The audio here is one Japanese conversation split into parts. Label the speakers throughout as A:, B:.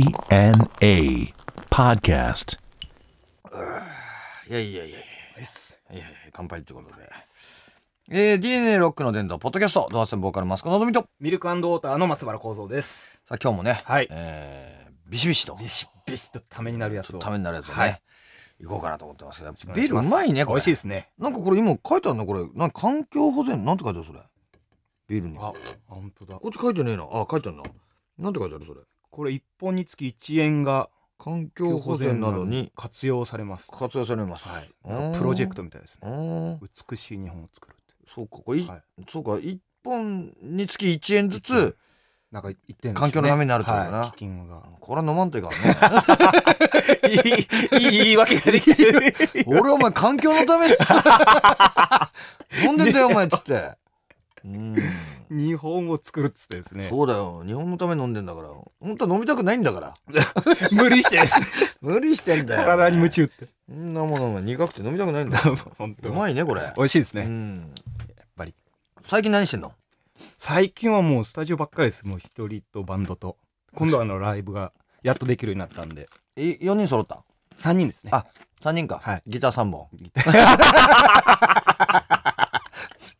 A: DNA Podcast.
B: いやいやいやいやいやいや乾杯ということで。えー、DNA ロックの伝道、ポッドキャスト、ドアセンボーカルマスコのぞみと。
C: ミルクウォーターの松原幸三です。
B: さあ、今日もね、
C: はい
B: えービシビシと、
C: ビシッビシッとためになるやつを。
B: ためになるやつをね、
C: はい
B: 行こうかなと思ってますけど、
C: お願
B: ビ
C: い
B: ー
C: し
B: ルう
C: ます
B: まいね、こ
C: 美
B: れ。
C: 味しいですね。
B: なんかこれ今書いてあるな、これ。なんか環境保全、なんて書いてあるそれ。ビールに。
C: あ
B: こ、
C: 本当だ。
B: っち書いてねえな。あ、書いてあるな。なんて書いてあるそれ。
C: これ一本につき一円が
B: 環境保全などに
C: 活用されます。
B: 活用されます。
C: はい。なんかプロジェクトみたいです
B: う
C: ね。
B: ーん。
C: 美しい日本を作るって。
B: そうか、これ、い
C: はい
B: そうか、一本につき一円ず
C: 一円
B: つ、
C: なんか言ってんですよね
B: 環境のためになるってことだな
C: はい基金 が。
B: これは飲まんといかんね。
C: いいいい言い訳ができてる。
B: 俺お前環境のために飲んでんだよお前っつってうん
C: 日本を作るっつってですね。
B: そうだよ日本のために飲んでんだから本当は飲みたくないんだから
C: 無理してですね。
B: 無理してんだよ
C: 体に夢中 って。
B: そんなものが苦くて飲みたくないんだ よ
C: 本当。
B: うまいねこれ
C: 美味しいです
B: う
C: ね。
B: ん
C: やっぱり。
B: 最近何してんの
C: 最近はもうスタジオばっかりですもう一人とバンドと今度はあのライブがやっとできるようになったん で
B: い4人揃った
C: 3人ですね
B: あ3人か、
C: はい
B: ギター3本
C: ギター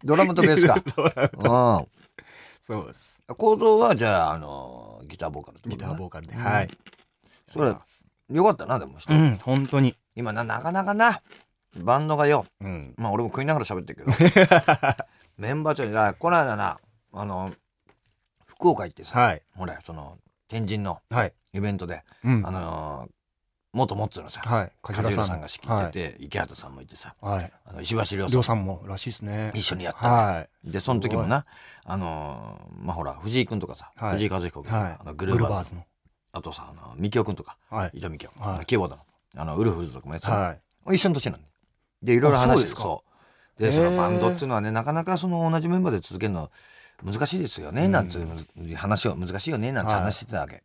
B: ドラムとベースかう
C: そうです
B: ん構造はじゃああのギターボーカルってこ
C: ギ
B: とね
C: ターボーカルで、
B: うん
C: はい
B: それよかったなでも、人
C: うん本当に
B: 今ななかなかなバンドがよ
C: うん
B: まあ俺も食いながら喋ってるけど メンバー長にだからこの間なあの福岡行ってさ、
C: はい
B: ほらその天神の
C: はい
B: イベントで、
C: うん
B: あのー元モッツーのさ
C: はい
B: 梶浦さんが仕切って
C: て
B: て、池畑さんもいてさ
C: はいはい
B: あの石橋亮さ
C: 亮
B: ん
C: さんもらしいですね
B: 一緒にやったの、
C: はい
B: でその時もなあのーまあほら藤井君とかさ、
C: はい
B: 藤井和彦
C: すご
B: 君、
C: いはい
B: あのグ
C: グ
B: ル
C: ル
B: ーバー
C: ー
B: ズ
C: バーズの
B: あとさあの三京君とか
C: はい
B: 伊藤三京、
C: はい
B: キーボードのあのウルフルズとかもやってたの
C: はい
B: 一緒の年なんで。で、いろいろ
C: あ
B: 話
C: そう
B: し
C: で
B: て
C: すか
B: そう。で、
C: へー
B: そのバンドっていうのはね、なかなかその同じメンバーで続けるの難しいですよね、
C: うん
B: なんていうむず話を、難しいよね、なんて
C: はい
B: 話してたわけ。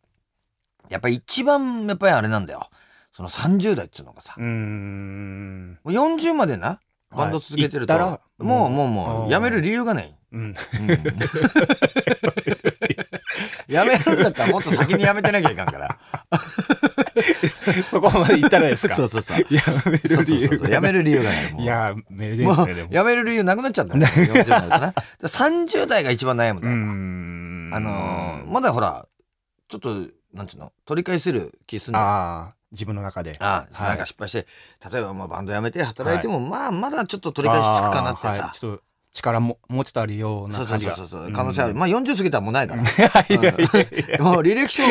B: やっぱり一番、やっぱりあれなんだよ。その30代っていうのがさ
C: う、ーん
B: もう40までな、バンド続けてると、
C: はい行ったら
B: もうも
C: もう
B: うも
C: う
B: う、
C: ん
B: やめる理由が ない。
C: うん
B: うん やめるんだったらもっと先にやめてなきゃいかん から。
C: そこまで行ったらですか
B: そうそうそう。
C: やめ
B: そう
C: る
B: そう
C: 理由
B: そうそうやめる理由がない。もう
C: いやめる理由
B: も
C: です
B: う
C: ねでも
B: やめる理由なくなっちゃったね。40代だとな。30代が一番悩むんだ
C: う
B: よ。
C: ん
B: あのーまだほら、ちょっと、なんていうの、取り返せる気すんだよ。
C: ああ自分の中で
B: ああ
C: はい
B: なんか失敗して、例えばまあバンド辞めて働いても、まあまだちょっと取り返しつくかなってさ、
C: あーはいちょっと力ももうちょっとあるような
B: そう
C: 感じ
B: そう
C: が
B: そうそう可能性ある、まあ40過ぎたらもうないから、
C: いやいやいや
B: もう履歴書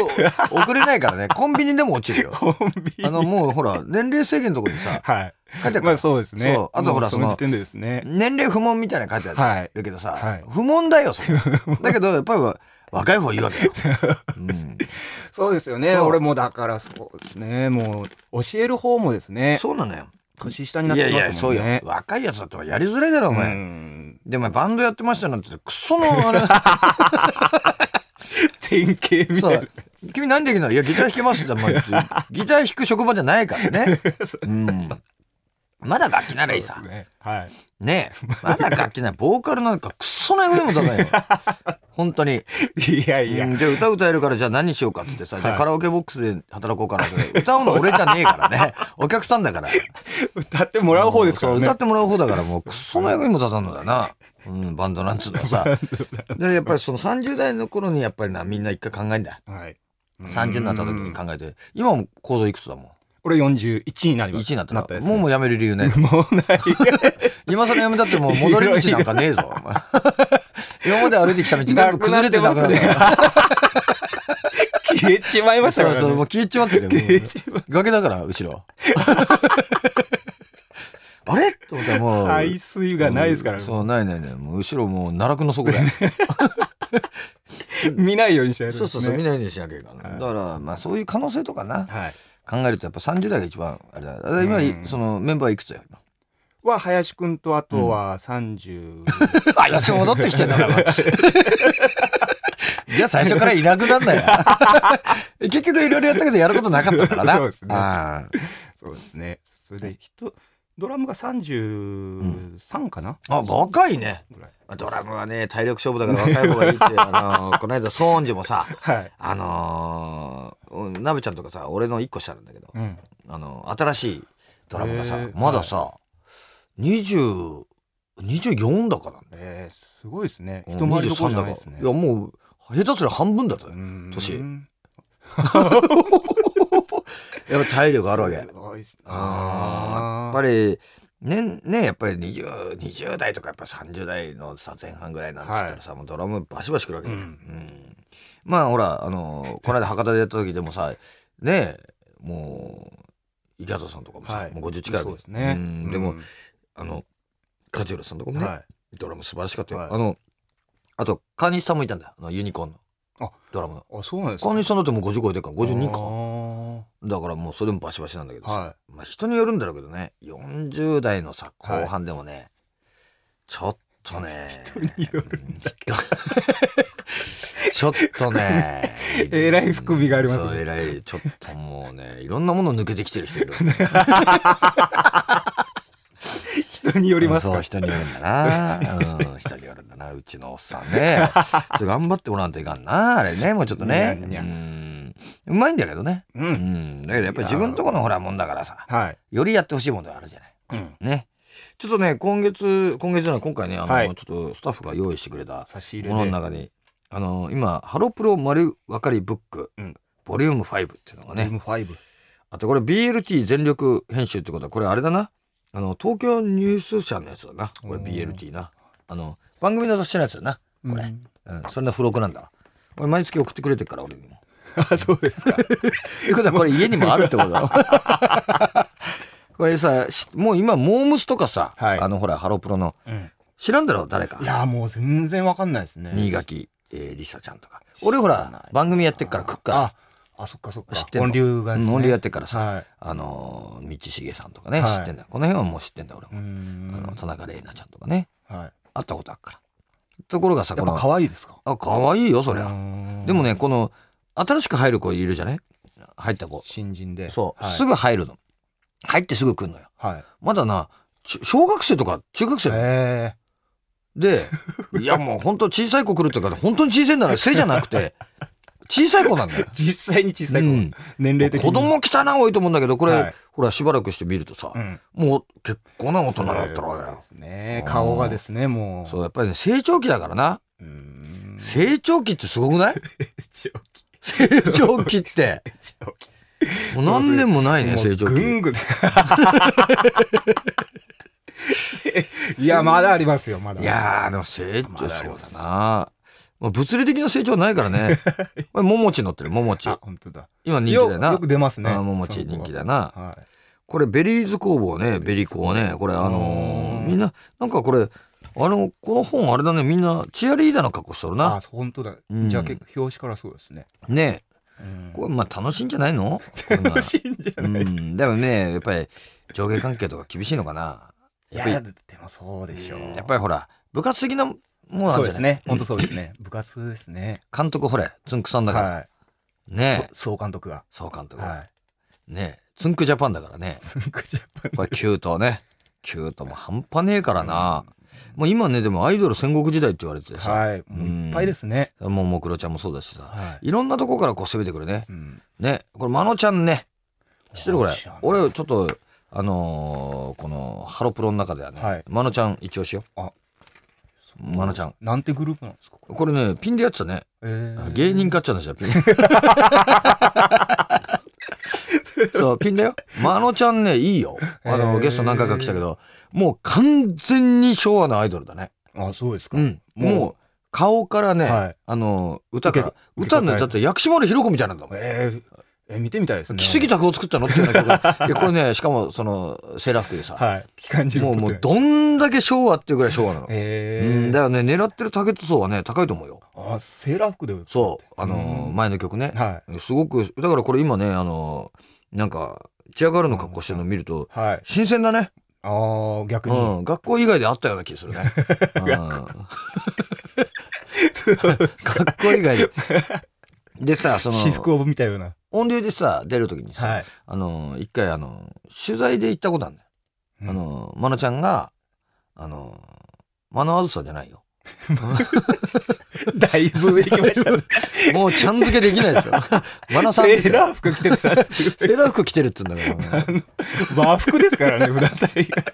B: 送れない からねコンビニでも落ちるよ
C: コンビニ
B: あのもうほら年齢制限のとこにさ
C: はい
B: 書いてあるか
C: ま
B: ら、
C: あそうですね
B: そうあとほら
C: もう
B: そ
C: そ
B: の
C: の時点でですね
B: 年齢不問みたいなの書いてある、
C: はい
B: だけどさ、
C: はい
B: 不問だよそ れだけどやっぱり若い方いいわけよ、うん、
C: そうですよ
B: そう
C: もだからそうですねもう教える方もですね
B: そうなの よ
C: 年下
B: いやいやそうよ若いやつだったらやりづらいだろお前、
C: うん
B: でもバンドやってましたなんてクソの あれ
C: 典型み
B: そ
C: たいう
B: 君何できんのいやギター弾けますって、まあ、ギター弾く職場じゃないから ね、うん、まだ楽器な
C: な
B: らいいさ
C: そうですねはい
B: ねえまだ楽器ないボーカルなんかクソな役にも立た ないよ本当に
C: いや
B: う
C: いや
B: ん、じゃあ歌歌えるからじゃあ何しようかっつってさ、じゃあ
C: はい
B: カラオケボックスで働こうかなって歌うの俺じゃねえから ねお客さんだから
C: 歌ってもらう方ですから
B: そう歌
C: ね
B: ってもらう方だからもうクソの役にも立たんのだな、うん、バンドなんつうのは さでやっぱりその30代の頃にやっぱりなみんな一回考えんだ
C: はい
B: 30になった時に考えて今も構造いくつだも
C: 俺41になり
B: ん
C: ます
B: 1になったら
C: です
B: もうもうやめる理 由ない
C: もうない
B: 今更やめたってもう戻り道なんか ねえぞお前今まで歩いてきた道全部崩れてなくなったから
C: 消えちまいました
B: そ
C: か
B: う
C: ら
B: そうもう
C: ね
B: 消えちまってるよもう
C: 消えちま
B: 崖だから後 ろあれと思ったらもう
C: 排水がないですからね
B: そうないないないもう後ろもう奈落の底だよ
C: 見ないようにしてやるん
B: そ
C: で
B: う
C: す
B: そ
C: ね
B: うそう、見ないようにしなきゃいけない。
C: はい
B: だから、まあ、そういう可能性とかな、
C: はい
B: 考えると、やっぱ30代が一番、あれだ。だから今、
C: うん
B: そのメンバーいくつよ、今。
C: は林くんとあとは30、
B: あ、よし、戻ってきてんだ から。じゃあ、最初からいなくなん なよ。結局、いろいろやったけど、やることなかったからな。
C: そうですね
B: あー
C: そうですねそれで人ドラムが33かな、
B: あ、若いね。
C: ぐらい
B: ドラムはね、体力勝負だから若い方がいいって、あのーこの間、ソーンジもさ、
C: はい
B: あのーうんなべちゃんとかさ俺の1個下なんだけど、
C: うん。
B: あの新しいドラムがさ、
C: へー
B: まださ、20 24だからね
C: えー、すごいですね。
B: 一
C: 一回りどころじゃないですね。
B: いやもう下手すりゃ半分だと、
C: うーん
B: 年やっぱ体力あるわけ
C: すごいっす
B: あ
C: あ
B: ーやっぱりねねやっぱり 20, 20代とかやっぱ30代のさ前半ぐらいなんつったらさ、もうドラムバシバシくるわけだよ、
C: うん
B: うんまあほらあのーこの間博多でやった時でもさねえもう池畑さんとかもさ、
C: はい
B: もう50近いわけ
C: そうですね。
B: んでも、あの梶浦さんとかもね、
C: は
B: ドラム素晴らしかったよ、
C: はい
B: あのあと川西さんもいたんだよあのユニコーンの
C: あ
B: ドラムの
C: い。あ、そうなんですか。
B: 川西さんだってもう50超えてるから52
C: あ
B: か
C: ー
B: だからもうそれでもバシバシなんだけどさ、
C: は
B: まあ、人によるんだろうけどね40代のさ
C: はい
B: 後半でもね、ちょっとね
C: い。人による。
B: ちょっとね
C: えらい含みがありますね
B: そうえらいちょっともうねいろんなもの抜けてきてる人い る
C: 人によります
B: そう
C: か。
B: 人によるんだな、うん、人によるんだなうちのおっさん ねちょっと頑張ってもらわんといかんなあれねもうちょっとね
C: いやいや
B: うんうまいんだけどね
C: う。
B: うんんだけどやっぱり自分とこのほらもんだからさ
C: はい。
B: よりやってほしいものがあるじゃない
C: うん。
B: ね。ちょっとね、今月、今月じゃない、今回ね、あの、
C: はい
B: ちょっとスタッフが用意してくれた
C: 差し入れ
B: ものの中
C: で。
B: に、あの、今、ハロプロ丸分かりブック、
C: うん
B: ボリューム5っていうのが
C: ボリュ
B: ね、
C: ーム5。
B: あとこれ BLT 全力編集ってことは、これあれだな、あの、東京ニュース社のやつだな、これ
C: おー
B: BLT な。あの、番組の雑誌のやつだな、これ。
C: うん
B: うん、それの付録なんだわ。俺毎月送ってくれてるから、俺に も。
C: あ、そうですか。
B: ってことはこれ家にもあるってことだ これさしもう今モームスとかさ、
C: はい
B: あのほらハロプロの
C: うん
B: 知らんだろ誰か
C: いや、もう全然わかんないですね。
B: 新垣、えー、りさちゃんとか俺ほら番組やってっから食っから
C: あ、あ、そっかそっか。
B: 知ってんの
C: 音流がですね。
B: 音流やってっからさ、
C: は
B: あのー道重さんとかね、
C: はい
B: 知ってんだよこの辺はもう知ってんだ俺
C: い。うー
B: も、あの
C: ん。
B: 田中玲奈ちゃんとかね
C: はい。
B: 会ったことあっからところがさ
C: や
B: こ
C: っ
B: の
C: ぱ可愛いですか。
B: あ可愛いよそり
C: う
B: ゃ、
C: ーん
B: でもねこの新しく入る子いるじゃない入った子
C: 新人で。
B: そう、
C: はい
B: すぐ入るの入ってすぐ来んのよ
C: はい。
B: まだな、ちゅ小学生とか中学生なの
C: え
B: で、いやもう本当小さい子来るってから本当に小さいんだら背じゃなくて、小さい子なんだよ
C: え。。実際に小さい子。
B: うん
C: 年齢的に。
B: 子供来たな多いと思うんだけど、これ、
C: はい
B: ほらしばらくして見るとさ、
C: うん。
B: もう結構な大人だったわけよ
C: で。すね。顔がですね、もう。
B: そう、やっぱりね、成長期だからな。
C: うーん。
B: 成長期ってすごくない
C: 長期。
B: 成長期って。
C: 長期。
B: もう何年もないね、
C: もう
B: 成長
C: ぐ
B: 期。
C: ん ぐんいや、まだありますよ、まだ。
B: いやー、でも成長、
C: まだあり
B: そう
C: ます
B: だな。まあ、物理的な成長はないからね。これ、ももち乗ってる、ももち
C: あ、。本当だ。
B: 今人気
C: よ
B: だよな。
C: よく出ますね。
B: あーももち人気だな
C: その子は。はい。
B: これベリーズ工房ねベリコねこれあの
C: う
B: ー
C: ん
B: みんななんかこれあのこの本あれだねみんなチアリーダーの格好しとるな
C: あ、本当だ。
B: うん
C: じゃあ結構表紙からそうですね。
B: ね
C: うん
B: これまあ楽しいんじゃないの楽
C: しいんじゃ
B: う
C: ない。い
B: んでもねやっぱり上下関係とか厳しいのかなやっ
C: や、
B: ぱり
C: でもそうでしょう。
B: やっぱりほら部活的なものなん
C: そう
B: じゃ
C: で
B: な
C: す
B: い、
C: ね。本当そうですね。部活ですね。
B: 監督ほれつんくさんだから、
C: は
B: ね
C: い。総監督が。
B: そう監督、
C: は
B: ねつんくジャパンだからね
C: い。すごいジャパン
B: これキュートねキュートも半端ねえからな、もう今ねでもアイドル戦国時代って言われててさ、
C: はい。もういっぱいですね。
B: ももクロちゃんもそうだしさ、
C: はい
B: ろんなとこからこう攻めてくるね
C: い。うん。
B: ね、これ、まのちゃんね。知ってるこれ
C: 知らない。
B: 俺、ちょっと、あのーこの、ハロプロの中ではね、
C: はい
B: まのちゃん一押しよ。
C: あ
B: まのちゃん。
C: なんてグループなんですかこれ。
B: これね、ピンでやってたね。
C: えー
B: 芸人かっちゃうんですよ、 ピン。そう、ピンだよ。まのちゃんね、いいよ。あ
C: へ
B: の、
C: ー
B: ゲスト何回か来たけど、もう完全に昭和のアイドルだね。
C: あ、そうですか。
B: うん。
C: もう
B: もう、顔からね、
C: はい
B: あの、歌から
C: 受。け
B: 歌ね、だって薬師丸ひろ子みたいなんだもん。
C: えーえ、見てみたいですね。
B: 奇跡宅を作ったのっていうような曲がいやこれねしかもそのセーラー服でさ、
C: はい。機関銃
B: もうもうどんだけ昭和っていうぐらい昭和なの、う
C: え
B: んだよね狙ってるターゲット層はね高いと思うよ
C: あ、セーラー服で。
B: そうあのー前の曲ね、
C: は
B: すごくだからこれ今ねあのーなんかチアガールの格好してるの見ると
C: い。はい。
B: 新鮮だね、
C: ああ、逆
B: う
C: に。
B: ん、学校以外であったような気がするね、うん 学校以外ででさそ
C: 私服
B: の
C: を見たような。
B: 音流でさ出る時にさ、
C: はい。
B: あのー一回あのー取材で行ったことあるんだよあの、まなちゃんが、あの、まなあずさじゃないよ。
C: だいぶ上行きま したね。
B: もうちゃん付けできない ですよ。和田さんです
C: セー
B: よ。
C: ラー服着てた らすごい
B: セーラー服着てるって言うんだから。
C: 和服ですからね、裏体が。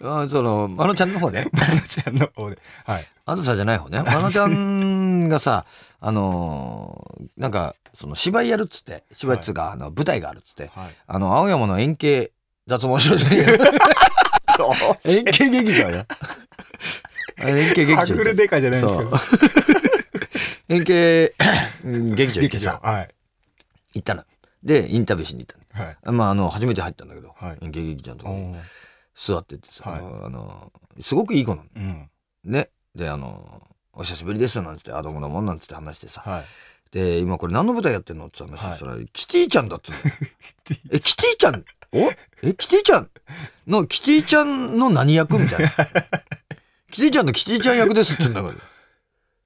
B: うん、その、まのちゃんの方ね。
C: まなちゃんの方で。はい。
B: あずさじゃない方ね。まのちゃんがさ、あのーなんか、その芝居やるっつって、芝居っつうか、あの、舞台があるっつって、
C: はい。
B: あの、青山の円形脱毛症じゃね えよ円形劇場よ。あれ円形劇場
C: は
B: って。
C: ぐれデカじゃないんですけど。
B: 円形うん劇場行って
C: 劇場。
B: さ、
C: はい。
B: 行ったの。で、インタビューしに行ったの。
C: はい。
B: まあ、あの、初めて入ったんだけど、
C: はい
B: 演劇劇場のところに
C: おー
B: 座っててさ、
C: はい
B: あの、すごくいい子なの。
C: うん。
B: ね。で、あの、お久しぶりですなんつって、あ、どうもどうもなんつって話してさ、
C: はい。
B: で、今これ何の舞台やってんのって話して、
C: はい
B: それ、キティちゃんだっ つうのえ、キティちゃんおえ、キティちゃんの、キティちゃんの何役みたい な。キティちゃんのキティちゃん役ですっつうんだか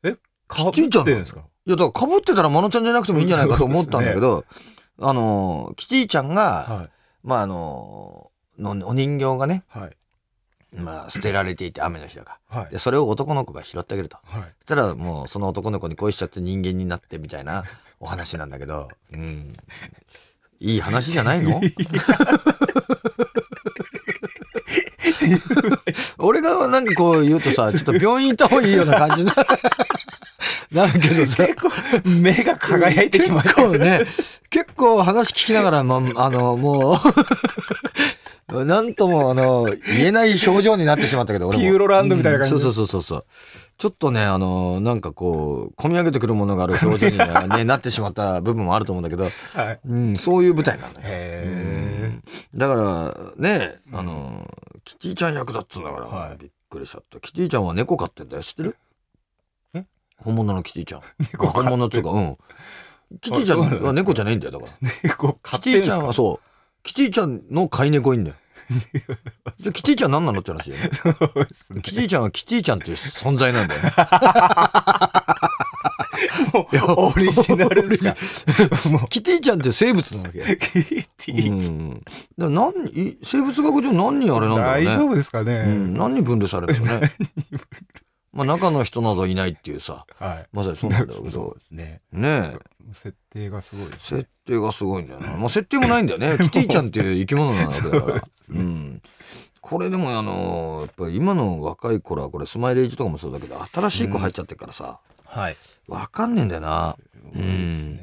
B: ら。
C: か
B: キティちゃん
C: ぶってるんですか
B: いや、だから、被ってたらマノちゃんじゃなくてもいいんじゃないかと思ったんだけど、あの、キティちゃんが、
C: は
B: まあ、あの、のお人形がね、
C: い。はい。
B: まあ、捨てられていて、雨の日だか
C: は
B: ら。
C: い
B: で、。それを男の子が拾ってあげると。
C: はい。
B: そしたら、もう、その男の子に恋しちゃって人間になってみたいなお話なんだけど、うん。いい話じゃないの俺がなんかこう言うとさ、ちょっと病院行った方がいいような感じにななるけどさ。
C: 目が輝い てきました。
B: 結構ね、結構話聞きながら、ま、あの、もう、 なんとも、あの、言えない表情になってしまったけど、俺も。
C: ピューロランドみたいな感じ
B: うんそうそうそうそうそう。ちょっとね、あの、なんかこう、込み上げてくるものがある表情には、 ね、なってしまった部分もあると思うんだけど、
C: はい。
B: うん、そういう舞台なんだよ。
C: へ
B: だから、ね、あの、キティちゃん役だっつうんだから、
C: はい
B: びっくりしちゃった。キティちゃんは猫飼ってんだよ、知ってる
C: え
B: 本物のキティちゃん。
C: 猫飼って
B: 本物っつうか、うん。キティちゃ
C: あそうなん
B: ん
C: だ
B: は猫じゃないんだよ、だから。
C: え。こう、
B: キ
C: 勝
B: テ
C: 手
B: ィちゃんはそう。キティちゃんの飼い猫いんだよ。じゃあキティちゃん何なのって話だよね。
C: そうですね。
B: キティちゃんはキティちゃんっていう存在なんだ よ。
C: もうオリジナ ルですか。もう、
B: キティちゃんって生物なわけよ。
C: キテ
B: う
C: ィ。
B: ん。だから何い生物学上何人あれなんだろう
C: 大
B: ね。
C: 丈夫ですか
B: う
C: ね
B: ん。何に分類されるんだ ろうね。まあ中の人などいないっていうさ、
C: はい。
B: まさにそうなんだろうけ
C: そ
B: ど
C: う。ですね。
B: ねえ。
C: 設定がすごいですね
B: 設。定がすごいんだよな。まあ、設定もないんだよ ね。キティちゃんっていう生き物なわけ だから。うん。これでもあのーやっぱり今の若い頃はこれスマイレージとかもそうだけど、新しい子入っちゃってるからさ、
C: はい。
B: わかんねえんだよな。うん。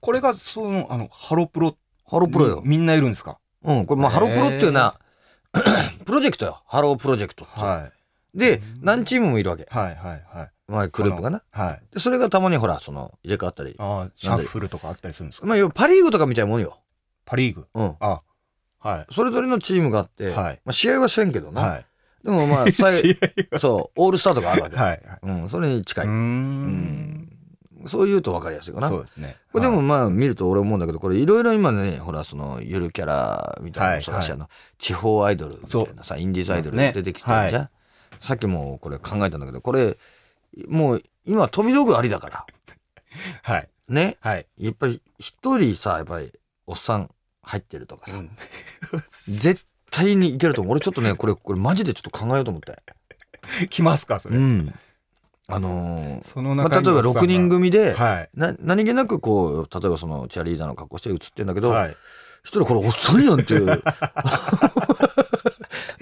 C: これがそのあのハロプロ
B: ハロープロよ。
C: みんないるんですか。
B: うん。これまあ、
C: へー
B: ハロープロっていうな、 プロジェクトよ。ハロープロジェクトっていう。
C: はい
B: で、何チームもいるわけ。
C: はいはいはい
B: まあ、グループがな。
C: はい。
B: で、それがたまにほら、その、入れ替わったり。
C: ああシャッフルとかあったりするんですか。
B: まあ、要はパリーグとかみたいなもんよ。
C: パリーグ。
B: うん。
C: あは
B: それぞれのチームがあって、
C: はい
B: まあ、試合はせんけど
C: い
B: な。
C: は
B: でも まあ、
C: い。
B: 最後
C: 試
B: そう、オールスターとかあるわけ。
C: 合はいはい。
B: うん、それに近
C: う
B: い。
C: ー。
B: うんん。そう言うと分かりやすいかな。
C: そ
B: こ
C: うですね。
B: れでも
C: はい
B: まあ見ると俺思うんだけど、これいろいろ今ね、ほら、その、ゆるキャラみたいなのもそうだし、
C: はい
B: あの、地方アイドルみたいなさ、インディーズアイドル
C: そうですね
B: 出てきてるじゃん。さっきもこれ考えたんだけど、これ、もう今飛び道具ありだから、
C: はい
B: ね。
C: はい。
B: やっぱり一人さ、やっぱりおっさん入ってるとかさ、 絶対にいけると思う。俺ちょっ とね、これ、これマジでちょっと考えようと思って。
C: 来ますかそうれ。
B: ん。あのー
C: その
B: まあ、例え
C: 中に
B: ば
C: おっさんが
B: 6人組で、
C: はい
B: な何気なくこう例えばそのチアリーダーの格好して映ってんだけど一、
C: はい。
B: 人これおっさんやんっていう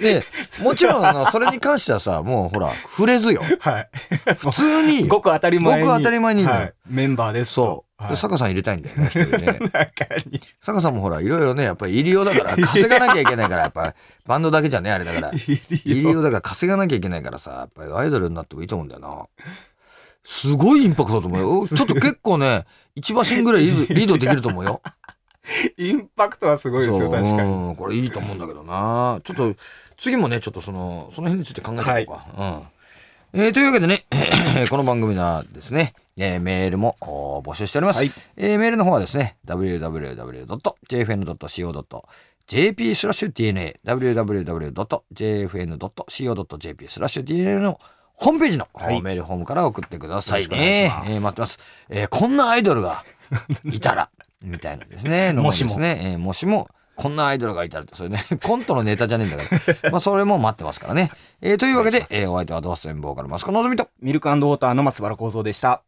B: でもちろんあのそれに関してはさもうほら触れずよ
C: はい。
B: 普通に
C: ごく当たり前に。
B: ごく当たり前に
C: はいメンバーです
B: そ
C: と。
B: う、
C: はい
B: で坂さん入れたいんだよね一人ね
C: 中に。
B: 坂さんもほらいろいろねやっぱり入り用だから稼がなきゃいけないからやっぱバンドだけじゃねあれだ から入り用だから稼がなきゃいけないからさやっぱりアイドルになってもいいと思うんだよなすごいインパクトだと思うよおちょっと結構ね一馬身ぐらいリードリードできると思うよ
C: インパクトはすごいですよ、確かに。
B: うん、これいいと思うんだけどな。ちょっと、次もね、ちょっとその、その辺について考えていこうか。うん。えーというわけでね、この番組はですね、えーメールもおー募集しております。
C: はい
B: えーメールの方はですね、www.jfn.co.jp スラッシュ DNA、www.jfn.co.jp スラッシュ DNA のホームページの、
C: はい
B: メールホームから送ってください
C: よ
B: ね
C: ろしくお願い
B: えー
C: しま。す
B: 待ってます。えーこんなアイドルがいたら、みたいなですね。のも
C: もしも
B: ですね、えーもしも、こんなアイドルがいたらって、それね、 コントのネタじゃねえんだから。まあ、それも待ってますからね。えーというわけで、えーお相手はドアステンボーカルマスコのぞみと。
C: ミルクウォーターの松原幸三でした。